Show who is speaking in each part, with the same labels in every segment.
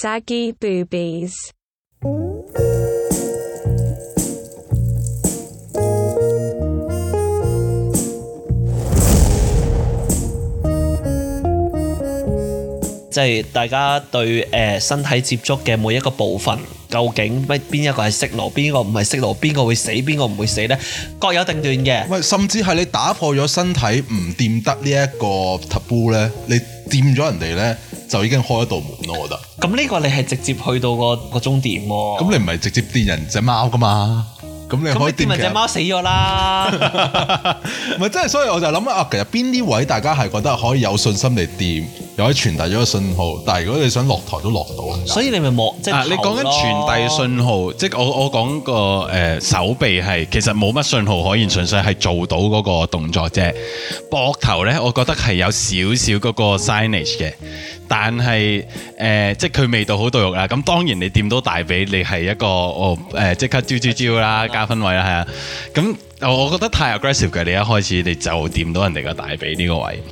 Speaker 1: saggy boobies.
Speaker 2: 即係大家對誒、呃身體接觸嘅每一個部分，究竟乜邊一個係息怒，邊個唔係息怒，邊個會死，邊個唔會死呢？各有定斷嘅。
Speaker 3: 喂，甚至係你打破咗身體唔掂得呢一個 taboo 咧，你掂咗人哋咧，就已經開一道門咯，我覺得。
Speaker 2: 咁呢個你係直接去到個個終點喎。
Speaker 3: 咁你唔係直接電人只貓噶嘛？咁你
Speaker 2: 哦
Speaker 3: 可
Speaker 2: 咁
Speaker 3: 以
Speaker 2: 你見埋
Speaker 3: 電其
Speaker 2: 只
Speaker 3: 實
Speaker 2: 貓死咗啦。
Speaker 3: 唔係，真係，所以我就諗啊，其實邊啲位大家係覺得可以有信心嚟掂，又可以傳遞咗個信號，但係如果你想落台都落到啊。
Speaker 2: 所以你咪望即係
Speaker 4: 啊！你講緊傳遞信號，即係我我講個誒手臂係其實冇乜信號可言，純粹係做到嗰個動作啫。膊頭咧，我覺得係有少少嗰個 signage 嘅，但係誒、呃即係佢未到好到肉啦。咁當然你掂到大髀，你係一個哦誒即刻招招招啦，加分位啦，係啊。咁我我覺得太 aggressive 嘅，你一開始你就掂到人哋個大髀呢個位。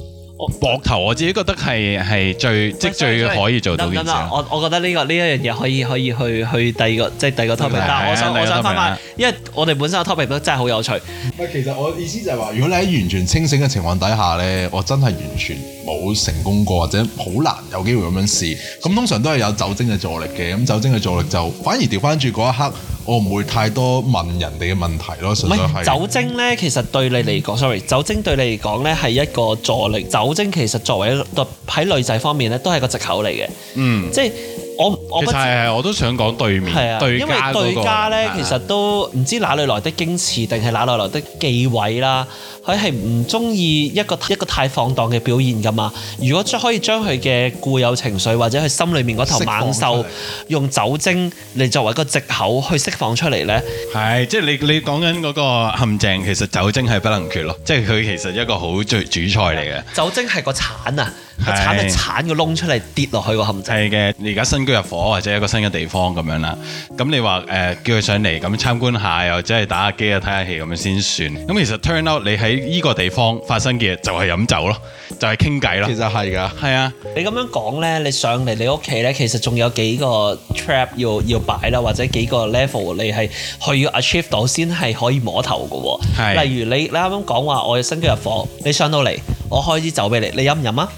Speaker 4: 膊頭我自己覺得係係最即係最可以做到件
Speaker 2: 得唔
Speaker 4: 事啊
Speaker 2: 得
Speaker 4: 咯。
Speaker 2: 我我覺得呢個呢一樣嘢可以可以去去第二個即係第二個 topic。
Speaker 4: 係
Speaker 2: 但係我想
Speaker 4: 係啊
Speaker 2: 我想翻
Speaker 4: 係
Speaker 2: 翻
Speaker 4: 係，
Speaker 2: 因為我哋本身個 topic 都真係好有趣。
Speaker 3: 唔係，其實我意思就係話，如果你喺完全清醒嘅情況底下咧，我真係完全冇成功過，或者好難有機會咁樣試。咁通常都係有酒精嘅助力嘅，咁酒精嘅助力就反而調翻轉嗰一刻，我唔會太多問人哋嘅問題咯，
Speaker 2: 唔
Speaker 3: 純粹
Speaker 2: 係
Speaker 3: 係
Speaker 2: 酒精咧，其實對你嚟講，sorry，酒精對你嚟講咧係一個助力。酒精其實作為一個喺女仔方面咧，都係個藉口嚟嘅。
Speaker 4: 嗯。
Speaker 2: 即係我我
Speaker 4: 其
Speaker 2: 不
Speaker 4: 實
Speaker 2: 知
Speaker 4: 係係我都想講對面
Speaker 2: 係啊，
Speaker 4: 對
Speaker 2: 因為
Speaker 4: 家嗰個
Speaker 2: 對家咧，
Speaker 4: 係啊
Speaker 2: 其實都唔知哪裏來的矜持，定係哪裏來的忌諱啦。佢係唔中意一個一個太放蕩嘅表現噶嘛。如果將可以將佢嘅固有情緒或者佢心裏面嗰頭
Speaker 3: 釋放
Speaker 2: 猛
Speaker 3: 出嚟
Speaker 2: 獸，用酒精嚟作為一個藉口去釋放出嚟咧，
Speaker 4: 係即係你你講緊嗰個陷阱，其實酒精係不能缺咯，即係佢其實一個好最主菜嚟嘅。
Speaker 2: 酒精係個鏟啊，個鏟
Speaker 4: 係
Speaker 2: 係鏟個窿出嚟跌落去個陷阱。
Speaker 4: 係嘅，你而家新居入伙或者一個新嘅地方咁樣啦，咁你話誒、呃叫佢上嚟咁參觀下，又或者係打下機啊睇下戲咁樣先算。咁其實 turn out 你喺呢個地方發生嘅嘢就係飲酒咯，就係傾偈
Speaker 3: 其
Speaker 4: 咯，
Speaker 3: 實係㗎。
Speaker 4: 係啊。
Speaker 2: 你咁樣講咧，你上嚟你屋企咧，其實仲有幾個 trap 要要擺啦，或者幾個 level 你係去要 achieve 到先係可以摸頭嘅喎。
Speaker 4: 係
Speaker 2: 例如你你啱啱講話我要新居入伙，你上到嚟，我開支酒俾你，你飲唔飲啊？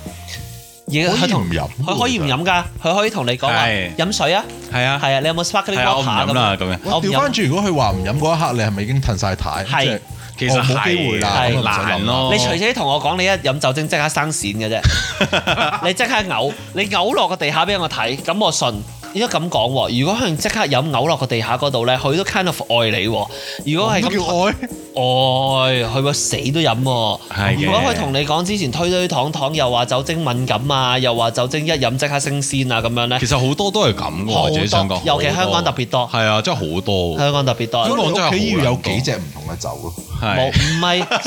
Speaker 2: 而佢同
Speaker 3: 可以唔飲
Speaker 2: 佢可以唔飲㗎，佢可以同你講話
Speaker 4: 係
Speaker 2: 飲水啊，
Speaker 4: 係啊
Speaker 2: 係啊，你有冇 sparkling
Speaker 4: 係啊我唔
Speaker 2: water
Speaker 4: 飲啦咁樣
Speaker 2: 我唔
Speaker 3: 調翻
Speaker 2: 飲。
Speaker 3: 轉，如果佢話唔飲嗰一刻，你係咪已經褪晒太？
Speaker 2: 係
Speaker 3: 即係
Speaker 4: 其實
Speaker 3: 哦冇機
Speaker 4: 係
Speaker 3: 會啦，
Speaker 2: 係
Speaker 3: 咁就唔使諗啦
Speaker 4: 難咯
Speaker 2: 你除非同我講你一飲酒精即刻生癬嘅 啫，你即刻嘔，你嘔落個地下俾我睇，咁我信。應該咁講喎，如果佢即刻飲嘔落個地下嗰度咧，佢都 kind of 愛你喎。如果係
Speaker 3: 哦都
Speaker 2: 咁
Speaker 3: 叫愛。
Speaker 2: 愛，佢會死都飲喎。
Speaker 4: 係嘅
Speaker 2: 如果佢同你講之前推推搪搪，又話酒精敏感啊，又話酒精一飲即刻升仙啊咁樣咧
Speaker 4: 其，實好多都係咁嘅喎，
Speaker 2: 好
Speaker 4: 我自己想
Speaker 2: 多
Speaker 4: 講，
Speaker 2: 尤其
Speaker 4: 好
Speaker 2: 香港特別多
Speaker 4: 係啊，真係好多喎。
Speaker 2: 香港特別多。
Speaker 4: 香港
Speaker 3: 你
Speaker 4: 真
Speaker 3: 屋
Speaker 4: 係
Speaker 3: 企
Speaker 4: 好
Speaker 3: 要有
Speaker 4: 難講
Speaker 3: 幾隻唔同嘅酒咯。
Speaker 2: 冇
Speaker 4: 係
Speaker 2: 唔係，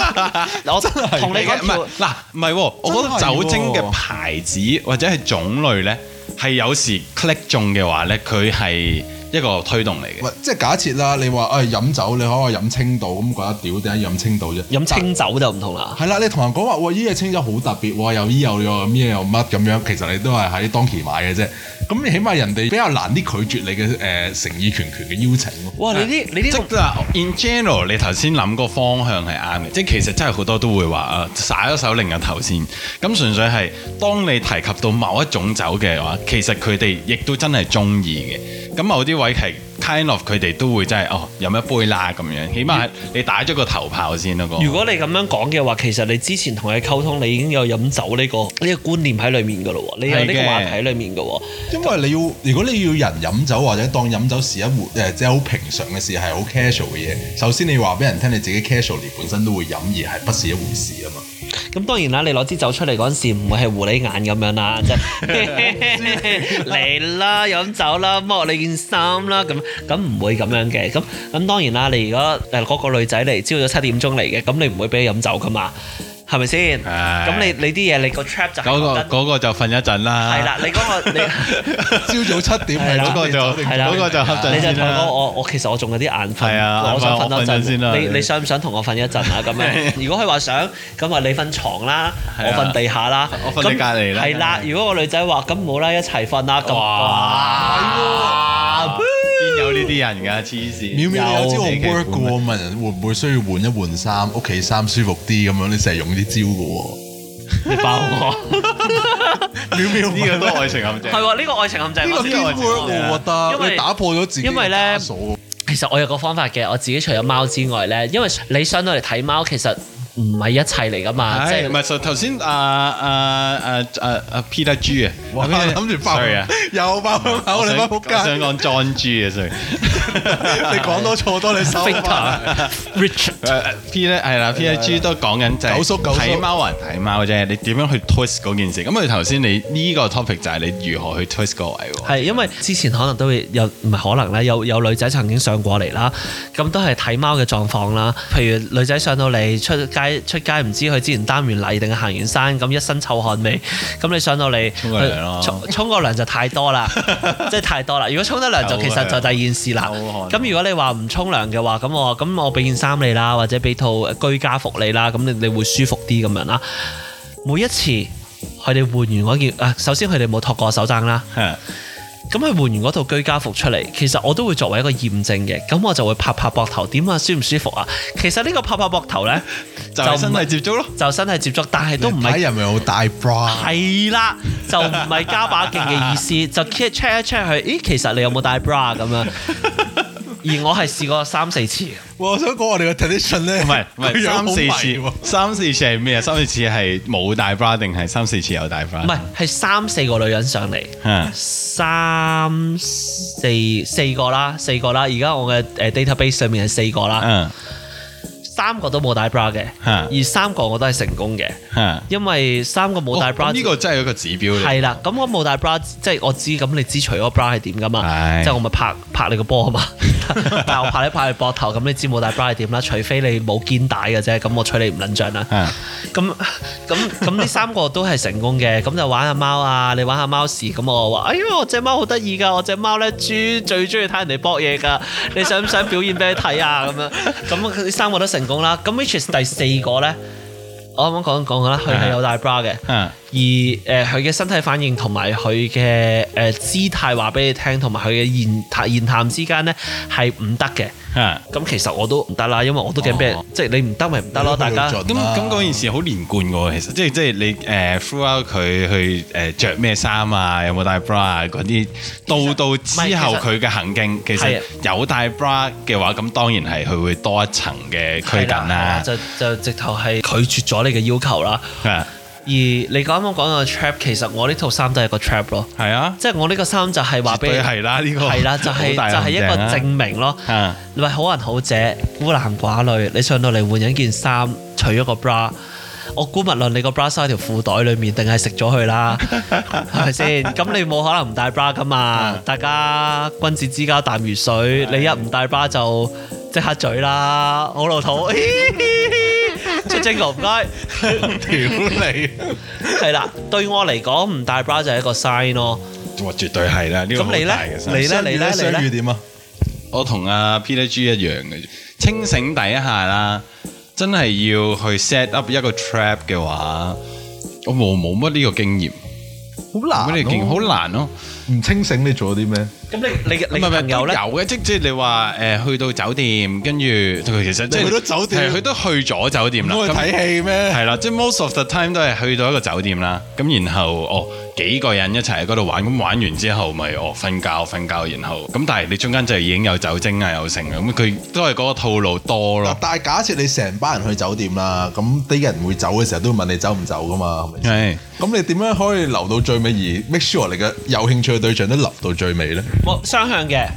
Speaker 2: 我同你講
Speaker 4: 唔係
Speaker 2: 條
Speaker 4: 嗱，唔係喎，我覺得酒精嘅牌子或者係種類咧，係有時 click 中嘅話咧，佢係一個推動嚟嘅。
Speaker 3: 喂，即係假設啦，你話誒飲酒，你可以飲青島，咁覺得屌點解飲青島啫？
Speaker 2: 飲清酒就唔同啦。
Speaker 3: 係啦，你同人講話，喂，依嘢清酒好特別喎，又依又又咁嘢又乜咁樣，其實你都係喺當期買嘅啫。咁你起碼人哋比較難啲拒絕你嘅誒、呃、誠意拳拳嘅邀請咯。
Speaker 2: 哇！你啲你
Speaker 4: 即
Speaker 2: 啲咁
Speaker 4: 係嗱，in general，你頭先諗個方向係啱嘅，即係其實真係好多都會話啊，耍咗手另一頭先。咁純粹係當你提及到某一種酒嘅話，其實佢哋亦都真係中意嘅。咁某啲位係 kind of 佢哋都會真係哦飲一杯啦咁樣，起碼你打咗個頭炮先咯。個
Speaker 2: 如果你咁樣講嘅話，其實你之前同佢溝通，你已經有飲酒呢、個呢、個觀念喺裡面噶咯喎，你有呢
Speaker 4: 係
Speaker 2: 個
Speaker 4: 嘅
Speaker 2: 話題喺裡面噶喎。
Speaker 3: 因為你要，如果你要人飲酒或者當飲酒是一活誒，即係好平常嘅事，係好 casual 嘅嘢。首先你話俾人聽你自己 casual 本身都會飲，而係不是一回事啊嘛。
Speaker 2: 咁當然啦，你攞支酒出嚟嗰陣時，唔會係狐狸眼咁樣啦，即 係嚟啦，飲酒啦，剝你件衫啦，咁咁唔會咁樣嘅。咁咁當然啦，你如果誒嗰個女仔嚟朝早七點鐘嚟嘅，咁你唔會俾佢飲酒噶嘛，係咪先？
Speaker 4: 係
Speaker 2: 咁你你啲嘢你個 trap 就係
Speaker 4: 嗰、
Speaker 2: 覺
Speaker 4: 個
Speaker 2: 得
Speaker 4: 嗰、個就瞓一陣啦。
Speaker 2: 係啦，你嗰、個你。
Speaker 3: 朝早七點
Speaker 2: 係啦
Speaker 3: 係
Speaker 2: 嗰個
Speaker 4: 就
Speaker 3: 酒定
Speaker 2: 係啦，
Speaker 4: 嗰啊個就恰陣
Speaker 2: 你就
Speaker 4: 先
Speaker 2: 同
Speaker 4: 啦
Speaker 2: 我我我其實我仲有啲眼瞓，
Speaker 4: 係啊
Speaker 2: 我想
Speaker 4: 我
Speaker 2: 瞓
Speaker 4: 瞓
Speaker 2: 多
Speaker 4: 陣先啦
Speaker 2: 你你想唔想同我瞓一陣啊？咁 樣，如果佢話想，咁啊話你瞓床啦，我
Speaker 4: 係啊
Speaker 2: 瞓地下啦，
Speaker 4: 我瞓你
Speaker 2: 咁
Speaker 4: 隔離啦啊
Speaker 2: 係啦，如果個女仔話咁冇啦，一齊瞓啦，咁
Speaker 4: 哇啲人㗎，黐線。
Speaker 3: 秒秒有招好
Speaker 4: 有
Speaker 3: work 嘅
Speaker 4: 嘅
Speaker 3: 喎，問人會唔會需要換一換衫，屋企衫舒服啲咁樣？你成日用啲招嘅
Speaker 2: 你爆我，
Speaker 3: 喎，秒秒
Speaker 4: 呢個都愛情陷 阱
Speaker 2: 係。喎，呢個愛情陷阱
Speaker 3: 呢
Speaker 2: 我
Speaker 3: 個
Speaker 2: 知
Speaker 4: 呢
Speaker 2: 道
Speaker 3: team
Speaker 4: 個
Speaker 2: 愛情
Speaker 3: work
Speaker 4: 係
Speaker 2: 陷
Speaker 4: 啊
Speaker 3: 喎，核突啊，
Speaker 2: 因為
Speaker 3: 你打破咗自己
Speaker 2: 因為
Speaker 3: 嘅
Speaker 2: 咧
Speaker 3: 枷 鎖。
Speaker 2: 阱。其實我有個方法嘅，我自己除咗貓之外咧，因為你相對嚟睇貓其實唔係一切嚟噶嘛，即
Speaker 4: 係，
Speaker 2: 係
Speaker 4: 唔係就頭先啊啊啊啊啊 Peter G 啊，
Speaker 3: 哇！諗住爆
Speaker 4: sorry 啊，，
Speaker 3: 又爆響口，你翻
Speaker 4: 想
Speaker 3: 屋
Speaker 4: 我想
Speaker 3: 街，
Speaker 4: 講 John G 啊，sorry，
Speaker 3: 你講多錯多，你 收翻。
Speaker 2: Finger Richard。
Speaker 4: 誒 P 咧係啦，P I G 都講緊就係
Speaker 3: 九叔九叔
Speaker 4: 睇貓還睇貓啫，你點樣去 twist 嗰件事？咁啊佢頭先你呢個 topic 就係你如何去 twist 個位喎。
Speaker 2: 係因為之前可能都會有唔係可能咧，有有女仔曾經上過嚟啦，咁都係睇貓嘅狀況啦。譬如女仔上到嚟出街出街，唔知佢之前擔完泥定係行完山，咁一身臭汗味，咁你上到嚟
Speaker 4: 沖個涼咯
Speaker 2: 佢沖沖個涼就太多 啦，即係太多啦。如果沖得涼就
Speaker 4: 臭
Speaker 2: 其實就
Speaker 4: 汗
Speaker 2: 第二件事啦。
Speaker 4: 臭汗
Speaker 2: 咁如果你話唔沖涼嘅話，咁我話咁我俾件衫你啦，或者俾套居家服你啦，咁你你會舒服啲咁樣啦。每一次佢哋換完嗰件啊，首先佢哋冇托過手踭啦。
Speaker 4: 嚇
Speaker 2: 咁佢換完嗰套居家服出嚟，其實我都會作為一個驗證嘅，咁我就會拍拍膊頭，點啊舒唔舒服啊？其實呢個拍拍膊頭呢，
Speaker 4: 就係身
Speaker 2: 唔
Speaker 4: 體
Speaker 2: 係
Speaker 4: 接觸咯。
Speaker 2: 就身體接觸，但係都唔
Speaker 3: 睇
Speaker 2: 係
Speaker 3: 人咪有大 bra，
Speaker 2: 係啦，就唔係加把勁嘅意 思，就 check check 一 check 佢，咦其實你有冇帶 bra 咁樣？而我係試過三四次，
Speaker 3: 哇我想講我哋嘅 tradition 咧，
Speaker 4: 唔係唔
Speaker 3: 個
Speaker 4: 係
Speaker 3: 樣好
Speaker 4: 三四
Speaker 3: 迷
Speaker 4: 次
Speaker 3: 喎，
Speaker 4: 三四次係咩啊？三四次係冇大 bra 定係三四次有大啊 bra？
Speaker 2: 唔係係三四個女人上嚟，
Speaker 4: 嚇
Speaker 2: 三四四個啦，四個啦，而家我嘅誒 database 上面係四個啦，
Speaker 4: 嗯
Speaker 2: 三個都冇帶 bra 嘅，
Speaker 4: 嚇
Speaker 2: 而三個我都係成功嘅。
Speaker 4: 嚇。
Speaker 2: 因為三個冇戴
Speaker 4: 啊哦
Speaker 2: bra，
Speaker 4: 咁呢個真係一個指標嚟。
Speaker 2: 係啦。咁我冇戴 bra，即係我知咁你知除咗 bra 係點噶嘛？
Speaker 4: 係
Speaker 2: 即係我咪拍拍你個波啊 嘛。 但係我拍你拍你膊頭，咁你知冇戴 bra 係點啦？除非你冇肩帶嘅啫，咁我吹你唔撚脹啦。
Speaker 4: 嚇
Speaker 2: 咁咁咁呢三個都係成功嘅，咁就玩下貓啊，你玩下貓時，咁我話：哎呀，我只貓好得意㗎，我只貓咧豬最中意睇人哋搏嘢㗎，你想唔想表演俾佢睇啊？咁樣，咁呢三個都成功啦。咁 which is 第四個咧，我啱啱講講過啦，佢係有戴 bra 嘅。
Speaker 4: 嚇。
Speaker 2: 而誒佢嘅身體反應同埋佢嘅誒姿態話俾你聽，同埋佢嘅言談言談之間咧係唔得嘅。
Speaker 4: 嚇
Speaker 2: 咁其實我都唔得啦，因為我都驚俾人，
Speaker 4: 哦
Speaker 2: 即係你唔得咪唔得咯，大家。
Speaker 4: 咁咁嗰件事好連貫嘅喎，其實即係即係你誒 throughout 佢去誒著咩衫啊，有冇帶 bra 啊嗰啲，到到之
Speaker 2: 唔係其
Speaker 4: 後
Speaker 2: 實
Speaker 4: 佢嘅行徑其
Speaker 2: 係
Speaker 4: 實
Speaker 2: 啊
Speaker 4: 有帶 bra 嘅話，咁當然係佢會多一層嘅拘
Speaker 2: 係
Speaker 4: 謹
Speaker 2: 係
Speaker 4: 啦。
Speaker 2: 就就直頭係拒絕咗你嘅要求啦。
Speaker 4: 嚇
Speaker 2: 而你啱啱講個 trap，其實我呢套衫都係個 trap 咯，
Speaker 4: 係啊，
Speaker 2: 即係我呢個衫就係話
Speaker 4: 絕
Speaker 2: 俾你
Speaker 4: 對係啦，呢個
Speaker 2: 係啦，就係
Speaker 4: 好大
Speaker 2: 就係一
Speaker 4: 陷阱
Speaker 2: 個
Speaker 4: 啊
Speaker 2: 證明咯。
Speaker 4: 嚇
Speaker 2: 你係好人好者，孤男寡女，你上到嚟換一件衫，除咗個 bra。我估無論你個 bra 塞喺條褲袋裏面，定係食咗佢啦， 係咪先？咁你冇可能唔帶 bra 噶嘛？大家君子之交淡如水，你一唔帶 bra 就即刻嘴啦，好老 土。出精哥唔該，
Speaker 3: 屌你！
Speaker 2: 係啦，對我嚟講唔帶 bra 就係一個 sign 咯。
Speaker 4: 哇，絕對係啦，呢
Speaker 2: 咁你
Speaker 4: 個好
Speaker 2: 呢
Speaker 4: 大嘅心
Speaker 2: 你呢你呢你
Speaker 3: 相
Speaker 2: 呢
Speaker 3: 遇點啊？
Speaker 4: 我同阿 Peter G 一樣嘅啫，清醒底下啦，真係要去 set up 一個 trap 嘅話，我冇冇乜呢個經驗，
Speaker 3: 好
Speaker 4: 冇乜呢個經驗好難咯。
Speaker 3: 唔清醒，你做咗啲咩？
Speaker 2: 咁你你
Speaker 4: 唔
Speaker 2: 你
Speaker 4: 係唔係
Speaker 2: 朋友
Speaker 4: 都
Speaker 2: 咧？
Speaker 4: 有嘅，即即係你話誒去到酒店，跟住佢其實即係
Speaker 3: 去到酒店
Speaker 4: 係佢都去咗酒店啦。
Speaker 3: 我去
Speaker 4: 咁
Speaker 3: 睇戲咩？
Speaker 4: 係啦，即係 most of the time 都係去到一個酒店啦，咁然後哦幾個人一齊喺嗰度玩，咁玩完之後咪哦瞓覺瞓覺，然後咁但係你中間就已經有酒精啊有剩啊，咁佢都係嗰個套路多咯
Speaker 3: 嗱，。但係假設你成班人去酒店啦，咁啲人會走嘅時候都會問你走唔走噶嘛，係咪先？
Speaker 4: 係
Speaker 3: 咁你點樣可以留到最尾而 make sure 你嘅有興趣嘅對象都留到最尾咧？
Speaker 2: 我雙向嘅。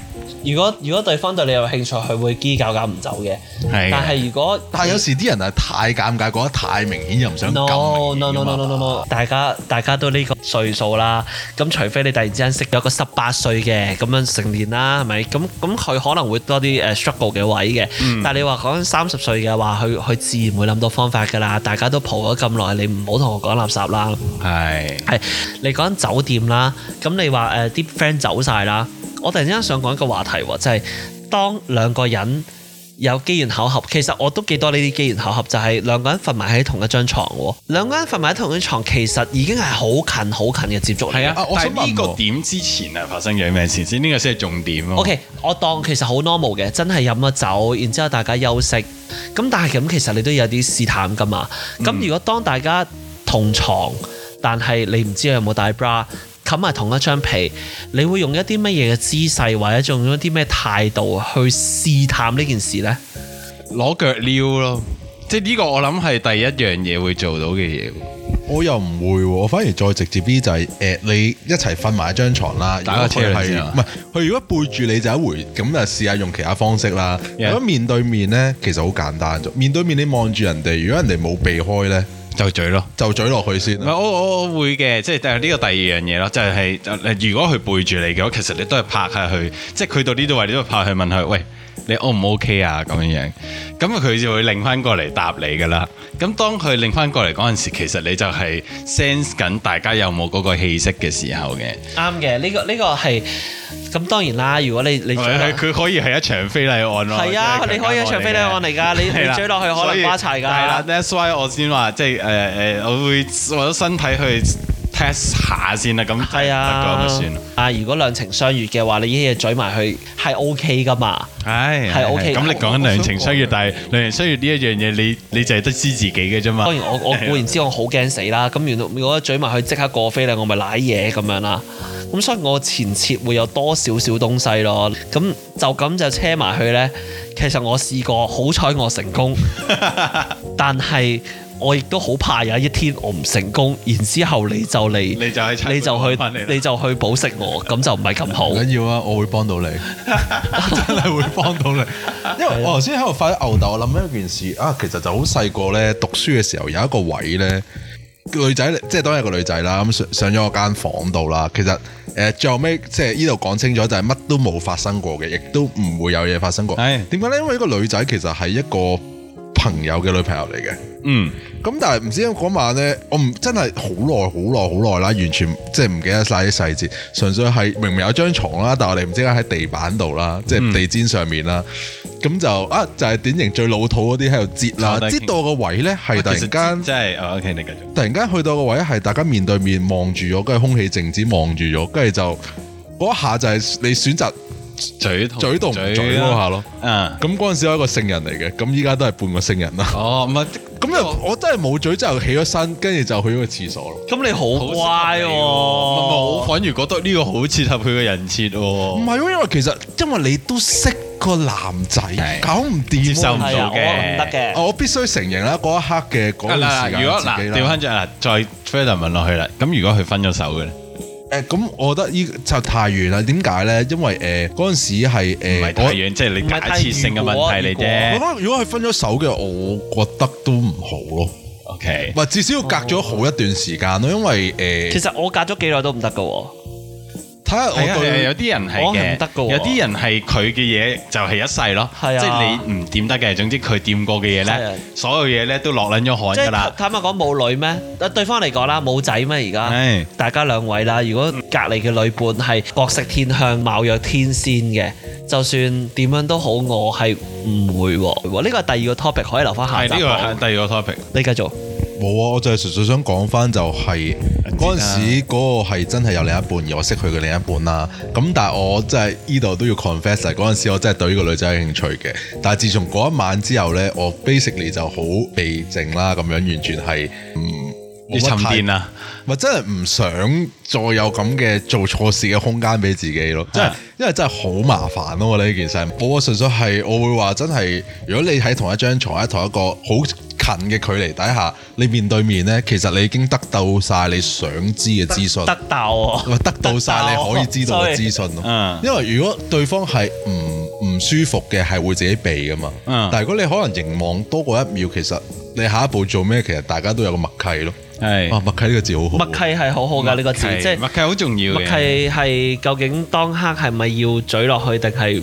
Speaker 2: 如果如果對方對你有興趣，佢會犄搞搞唔走嘅。
Speaker 4: 係嘅
Speaker 2: 但係如果
Speaker 3: 但係有時啲人係太尷尬，覺得太明顯又唔想
Speaker 2: no
Speaker 3: 咁明
Speaker 2: no
Speaker 3: 顯
Speaker 2: no no
Speaker 3: 㗎嘛
Speaker 2: no no no，大家大家都呢個歲數啦。咁除非你突然之間識咗一個十八歲嘅咁樣成年啦，係咪？咁咁佢可能會多啲誒 struggle 嘅位嘅。但係你話講三十歲嘅話，佢佢自然會諗到方法㗎啦。大家都蒲咗咁耐，你唔好同我講垃圾啦。
Speaker 4: 係
Speaker 2: 係你講緊酒店啦，咁你話誒啲 friend 走晒啦，我突然之間想講一個話題喎，就係、當兩個人有機緣巧合，其實我都幾多呢啲機緣巧合，就係、兩個人瞓埋喺同一張床喎。兩個人瞓埋喺同一張床，其實已經係好近好近嘅接觸嚟嘅。
Speaker 4: 係啊
Speaker 3: 啊，我
Speaker 4: 但
Speaker 3: 想
Speaker 4: 係呢
Speaker 3: 問
Speaker 4: 個
Speaker 3: 喎
Speaker 4: 點之前係發生咗咩事先？呢個先係重點啊。
Speaker 2: OK，我當其實好 normal 嘅，真係飲咗酒，然之後大家休息。咁但係咁，其實你都有啲試探噶嘛。咁如果當大家同床，但係你唔知佢有冇帶 bra，冚埋同一張被，你會用一啲乜嘢嘅姿勢，或者仲用一啲咩態度去試探呢件事呢？
Speaker 4: 攞腳撩咯，即係呢個我諗係第一樣嘢會做到嘅嘢。
Speaker 3: 我又唔會喎，我反而再直接啲就係、誒、你一齊瞓埋一張床啦，
Speaker 4: 打個車
Speaker 3: 如果佢
Speaker 4: 輪先
Speaker 3: 係
Speaker 4: 啊
Speaker 3: 唔係佢如果背住你就一回，咁啊試下用其他方式啦。
Speaker 4: Yeah
Speaker 3: 如果面對面呢，其實好簡單啫。面對面你望住人哋，如果人哋冇避開呢，
Speaker 4: 就嘴咯，
Speaker 3: 就嘴落去先
Speaker 4: 唔
Speaker 3: 啦。
Speaker 4: 係我我我會嘅，即係但係呢個第二樣嘢咯，就係、就如果佢背住你嘅話，其實你都係拍下佢，即係佢到呢度位，你都係拍佢問佢，喂，你 O 唔 OK 啊咁樣樣，咁佢就會擰翻過嚟答你噶啦。咁當佢擰翻過嚟嗰陣時，其實你就係 sense 緊大家有冇嗰個氣息嘅時候嘅。
Speaker 2: 啱嘅，呢、個呢、個係咁當然啦。如果你你
Speaker 4: 佢佢可以係一場非禮案咯。
Speaker 2: 係啊，
Speaker 4: 即
Speaker 2: 你
Speaker 4: 係強姦
Speaker 2: 可以一場非禮案
Speaker 4: 我哋嘅
Speaker 2: 嚟㗎，你
Speaker 4: 係
Speaker 2: 你
Speaker 4: 啦
Speaker 2: 追落去可能瓜柴㗎。
Speaker 4: 係啦，that's why 我先話即係誒誒，我會為咗身體去 test 下先啦。咁
Speaker 2: 係
Speaker 4: 得
Speaker 2: 啊
Speaker 4: 咁算啦。，
Speaker 2: 啊如果兩情相悅嘅話，你一嘢嘴埋去係 O K 噶嘛？
Speaker 4: 係
Speaker 2: 係 OK
Speaker 4: 咁你講緊兩情相
Speaker 2: 啊
Speaker 4: 悅
Speaker 3: 我，
Speaker 4: 但係兩情相悅呢一樣嘢，你你就係得知自己嘅啫 嘛
Speaker 2: 當。然我我
Speaker 4: 係啊
Speaker 2: 固然知我好驚死啦，咁原來如果嘴埋去即刻過飛咧，我咪舐嘢咁樣啦。咁所以我前設會有多少少東西咯，咁就咁就車埋去呢。其實我試過，好彩我成 功，但係我亦都好怕有一天我唔成功，然之後你就嚟，
Speaker 4: 你就係
Speaker 2: 你就去
Speaker 4: 翻嚟啦，
Speaker 2: 你就去保釋我，咁就唔係咁好
Speaker 3: 唔。緊要啊，我會幫到你，真係會幫到你。因為我頭先喺度發吽豆，我諗一件事啊，其實就好細個呢，讀書嘅時候有一個位呢，女仔即係當一個女仔啦，咁上上咗我間房度啦。其實誒、呃最後尾即係呢度講清楚，就係乜都冇發生過嘅，亦都唔會有嘢發生過。
Speaker 4: 係
Speaker 3: 點解呢？因為呢個女仔其實係一個朋友嘅女朋友嚟嘅。
Speaker 4: 嗯，
Speaker 3: 咁但係唔知點解嗰晚呢，我唔真係好耐好耐好耐啦，完全即係唔記得晒啲細節，純粹係明明有張床啦，但係我哋唔知點解喺地板度
Speaker 4: 嗯
Speaker 3: 啦，即係地氈上面啦，咁就啊就係典型最老土嗰啲喺度折啦
Speaker 4: 坐，低
Speaker 3: 折
Speaker 4: 傾
Speaker 3: 到個位呢，係突
Speaker 4: 啊其實
Speaker 3: 然間。
Speaker 4: 真係哦 OK，你繼續。
Speaker 3: 突然間去到個位係大家面對面望住咗，跟住空氣靜止望住咗，跟住就嗰一下就係你選擇
Speaker 4: 嘴啊
Speaker 3: 嘴同唔嘴嗰下咯。
Speaker 4: 嗯。
Speaker 3: 咁嗰陣時我係一個聖人嚟嘅，咁依家都係半個聖人啦。
Speaker 4: 哦，唔係，
Speaker 3: 咁又我真係冇嘴之後起咗身，跟住就去咗個廁所咯。
Speaker 2: 咁你好乖喎、
Speaker 4: 我反而覺得呢個好切合佢嘅人設
Speaker 3: 唔
Speaker 4: 喎，
Speaker 3: 係喎，因為其實因為你都識個男仔
Speaker 4: 係，
Speaker 3: 搞唔掂喎
Speaker 4: 接受唔
Speaker 2: 係
Speaker 4: 到
Speaker 2: 啊，我唔得嘅。
Speaker 4: 哦
Speaker 3: 我必須承認啦，嗰一刻嘅嗰段時間
Speaker 4: 如果
Speaker 3: 係
Speaker 4: 嗱
Speaker 3: 自己
Speaker 4: 調
Speaker 3: 啦
Speaker 4: 翻轉嗱，再 further 問落去啦，咁如果佢分咗手嘅咧，
Speaker 3: 誒咁，我覺得呢就太遠啦。點解咧？因為誒嗰陣時係
Speaker 4: 唔係
Speaker 3: 誒
Speaker 4: 太
Speaker 3: 我
Speaker 4: 遠，即係你假設性嘅問題
Speaker 3: 我覺
Speaker 4: 嚟啫。
Speaker 3: 得如果佢分咗手嘅，我覺得都唔好咯。
Speaker 4: OK，
Speaker 3: 唔係至少隔咗好一段時間咯，因為
Speaker 2: 其
Speaker 3: 誒
Speaker 2: 實我隔咗幾耐都唔得㗎喎，
Speaker 3: 睇下
Speaker 4: 係啊
Speaker 3: 我
Speaker 4: 係啊
Speaker 3: 對
Speaker 4: 有啲人
Speaker 2: 我係唔
Speaker 4: 係
Speaker 2: 得㗎
Speaker 4: 嘅，
Speaker 2: 喎
Speaker 4: 有啲人係佢嘅嘢就係一世咯，
Speaker 2: 係啊
Speaker 4: 即係你唔掂得嘅，總之佢掂過嘅嘢
Speaker 2: 係啊
Speaker 4: 咧，所有嘢咧都落撚咗
Speaker 2: 即
Speaker 4: 汗㗎
Speaker 2: 係坦
Speaker 4: 啦。
Speaker 2: 坦白講冇女咩？啊對方嚟講啦，冇仔咩而家？
Speaker 4: 係
Speaker 2: 大家兩位啦，如果隔離嘅女伴係國色天香、貌若天仙嘅，就算點樣都好，我係唔會喎。呢個係第二個 topic 可以留翻下
Speaker 4: 係
Speaker 2: 集
Speaker 4: 呢個係
Speaker 2: 講。
Speaker 4: 第二個 topic。
Speaker 2: 你繼續。
Speaker 3: 冇啊，我就係純粹想講翻就係嗰陣時嗰個係真係有另一半，而我識佢嘅另一半啦。咁但係我真係呢度都要 confess 係嗰陣時我真係對呢個女仔有興趣嘅。但係自從嗰一晚之後呢，我 basically 就好避靜啦，咁樣完全係嗯
Speaker 4: 要沉澱啊啦，
Speaker 3: 咪真係唔想再有咁嘅做錯事嘅空間俾自己咯，即係
Speaker 4: 啊
Speaker 3: 因為真係好麻煩咯呢件事，我純粹係我會話真係，如果你喺同一張床喺同一個好近嘅距離底下，你面對面呢，其實你已經得到晒你想知嘅資訊
Speaker 2: 得，鬥喎。
Speaker 3: 喂得到哦啊晒你可以知道嘅資訊咯。
Speaker 4: 嗯
Speaker 3: 因為如果對方係唔唔舒服嘅，係會自己避噶嘛。
Speaker 4: 嗯
Speaker 3: 但係如果你可能凝望多過一秒，其實你下一步做咩，其實大家都有個默契咯。
Speaker 4: 係
Speaker 3: 啊，默契呢個字好好喎。
Speaker 2: 默契係好好㗎，呢個字即係
Speaker 4: 默契好重要
Speaker 2: 默
Speaker 4: 嘅。
Speaker 2: 契係究竟當刻係咪要嘴落去定係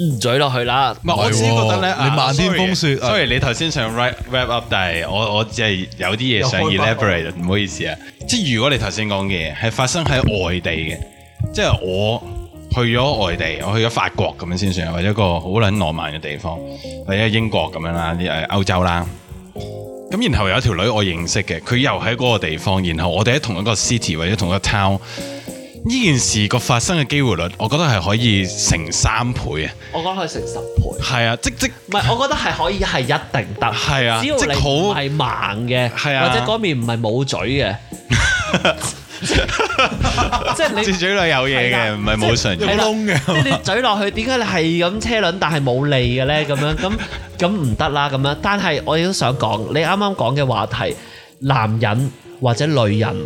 Speaker 2: 唔嘴落去啦？
Speaker 4: 唔係，我
Speaker 3: 唔係
Speaker 4: 只覺得咧，
Speaker 3: 喎你漫天風雪啊
Speaker 4: s o r r y 你頭先想 wrap wrap up，但係我我只係有啲嘢想
Speaker 3: 又開翻
Speaker 4: elaborate，唔好意思啊。即係如果你頭先講嘅嘢係發生喺外地嘅，即係我去咗外地，我去咗法國咁樣先算，或者一個好撚浪漫嘅地方，或者英國咁樣啦，啲誒歐洲啦。咁然後有一條女我認識嘅，佢又喺嗰個地方，然後我哋喺同一個 city 或者同一個 town。呢件事個發生嘅機會率，我覺得係可以成三倍啊！
Speaker 2: 我講佢成十倍，
Speaker 4: 係啊，即即
Speaker 2: 唔係我覺得係可以係一定得，
Speaker 4: 係啊
Speaker 2: 只要
Speaker 4: 即
Speaker 2: 你
Speaker 4: 好
Speaker 2: 唔係盲嘅，
Speaker 4: 係啊
Speaker 2: 或者嗰面唔係冇嘴 嘅，即係你
Speaker 4: 至嘴裏有嘢
Speaker 2: 係啦
Speaker 4: 嘅，唔係冇唇
Speaker 3: 有
Speaker 4: 語
Speaker 3: 個
Speaker 2: 係。啦
Speaker 3: 窿
Speaker 2: 即
Speaker 3: 嘅。
Speaker 2: 係你嘴落去，點解你係咁車輪，但係冇脷嘅咧？咁樣咁咁唔得啦，咁樣。但係我亦都想講，你啱啱講嘅話題，男人或者女人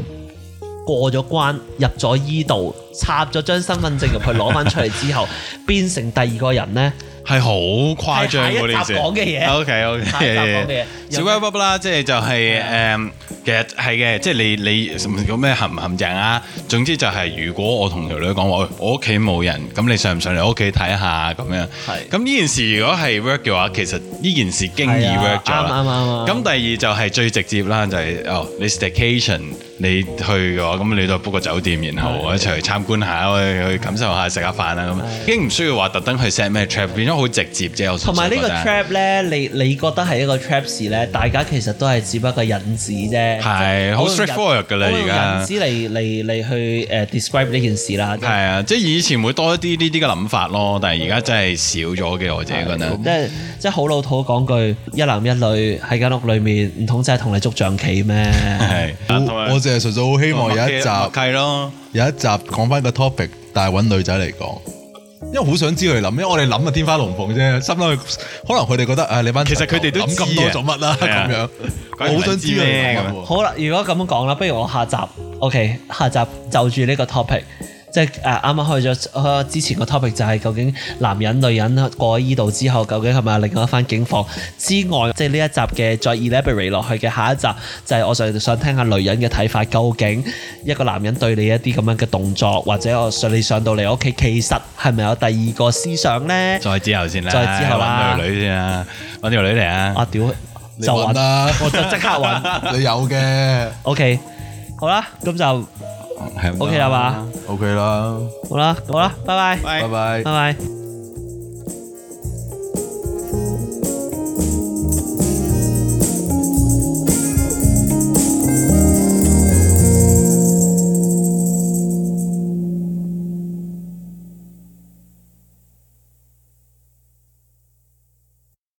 Speaker 2: 過咗關，入咗依度，插咗張身份證入去，攞翻出嚟之後， 變成第二個人咧，
Speaker 4: 係好誇張
Speaker 2: 係下
Speaker 4: 嗰
Speaker 2: 一集
Speaker 4: 件事。
Speaker 2: 講嘅嘢
Speaker 4: O K O
Speaker 2: 下一集講嘅嘢
Speaker 4: K。
Speaker 2: 有
Speaker 4: 小
Speaker 2: 咩啊
Speaker 4: wrap up 啦，即係就係誒，其實係嘅，即係你你什麼有咩陷唔陷阱啊？總之就係如果我同條女講話，喂我屋企冇人，咁你上唔上嚟我屋企睇下咁樣？
Speaker 2: 係
Speaker 4: 咁呢件事如果係 work 嘅話，其實呢件事經已
Speaker 2: 係啊
Speaker 4: work 咗啦。
Speaker 2: 啱啱啱啱
Speaker 4: 咁第二就係最直接啦，就係、哦，你 station 你去嘅話，咁你就 book 個酒店，然後一齊去參觀下，去去感受下食下飯啦咁，已經唔需要話特登去 set 咩 trap，變咗好直接啫。我純粹
Speaker 2: 同埋呢個
Speaker 4: 覺得
Speaker 2: trap 咧，你你覺得係一個 trap 事咧，大家其實都係只不過引子啫，
Speaker 4: 係好
Speaker 2: 我用人
Speaker 4: straightforward 㗎啦
Speaker 2: 我用
Speaker 4: 而家
Speaker 2: 引子嚟嚟嚟去誒 describe 呢件事啦，
Speaker 4: 係啊，即係以前會多一啲呢啲嘅諗法咯，但係而家真係少咗嘅，我自己覺得。
Speaker 2: 即係即係好老土講句，一男一女喺間屋裏面，唔通真係同你捉象棋咩？
Speaker 4: 係，
Speaker 3: 我我淨係純粹好希望有一集
Speaker 4: 係咯，
Speaker 3: 有一集講翻個 topic，但係揾女仔嚟講，因為好想知佢哋諗，因為我哋諗啊天花龍鳳啫，心諗佢可能佢哋覺得啊你班
Speaker 4: 其實佢哋都
Speaker 3: 諗咁多做乜啦
Speaker 4: 知嘅係啊
Speaker 3: 咁樣，我好想知佢哋諗啊乜喎
Speaker 2: 好啦，如果咁樣講啦，不如我下集，OK，下集就住呢個 topic。即係誒啱啱去咗開之前個 topic 就係究竟男人女人過咗依度之後，究竟係咪有另外一番境況之外，即係呢一集嘅再 elaborate 落去嘅下一集，就係我想想聽下女人嘅睇法，究竟一個男人對你一啲咁樣嘅動作，或者我上你上到嚟屋企，其實係咪有第二個思想呢？
Speaker 4: 再之後先啦，
Speaker 2: 再之後啦
Speaker 4: 揾條女先啦，揾條女嚟啊！
Speaker 2: 啊屌，
Speaker 3: 你
Speaker 2: 就
Speaker 3: 揾
Speaker 2: 揾，
Speaker 3: 啦，
Speaker 2: 我就即刻揾。
Speaker 3: 你有 嘅
Speaker 2: OK，好啦，咁就
Speaker 4: 係咁多
Speaker 2: 啊 OK 啦嘛，
Speaker 3: 嗯，OK 啦，
Speaker 2: 好啦，好啦，拜拜，
Speaker 4: 拜
Speaker 3: 拜拜
Speaker 2: 拜。拜。